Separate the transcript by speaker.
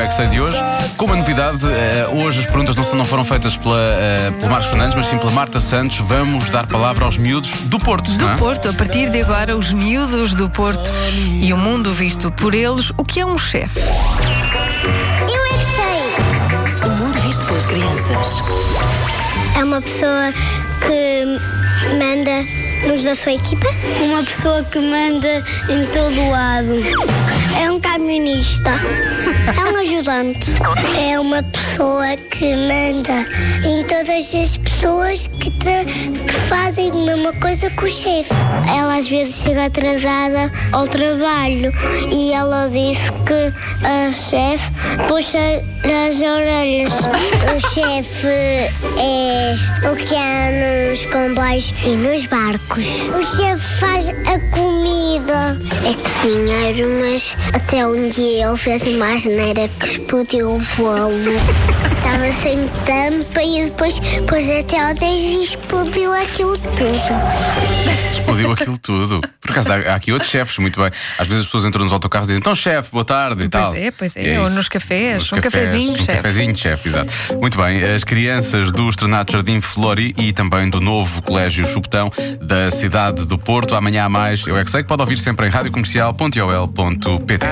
Speaker 1: É que sei de hoje, com uma novidade. eh, hoje as perguntas não, são- não foram feitas pela, eh, pelo Marcos Fernandes, mas sim pela Marta Santos. Vamos dar palavra aos miúdos do Porto,
Speaker 2: Do
Speaker 1: não é?
Speaker 2: Porto, a partir de agora, os miúdos do Porto e o mundo visto por eles, o que é um chefe?
Speaker 3: Eu é que sei!
Speaker 4: O mundo visto pelas crianças.
Speaker 3: É uma pessoa que manda nos da sua equipa? Uma pessoa que manda em todo lado. É um camionista. É um ajudante. É uma pessoa que manda em todas as pessoas que, tra- que fazem a mesma coisa que o chefe. Ela às vezes chega atrasada ao trabalho e ela disse que a chefe puxa as orelhas. o chefe é o que há nos comboios e nos barcos. O chefe faz a comida. É cozinheiro, mas até um dia ele fez uma asneira que explodiu o bolo. Estava sem tampa e depois pôs até ao 10 e explodiu aquilo tudo.
Speaker 1: Explodiu aquilo tudo. Por acaso, há, há aqui outros chefes, muito bem. Às vezes as pessoas entram nos autocarros e dizem, então chefe, boa tarde e
Speaker 2: Pois
Speaker 1: tal.
Speaker 2: é, pois é.
Speaker 1: E
Speaker 2: Ou
Speaker 1: isso.
Speaker 2: nos cafés, um cafezinho,
Speaker 1: Um
Speaker 2: chefe.
Speaker 1: cafezinho, chefe, exato. Muito bem, as crianças do Estrenato Jardim Flori e também do novo Colégio Chupetão da cidade do Porto. Amanhã há mais, eu é que sei, que pode ouvir sempre em radiocomercial.ol.pt.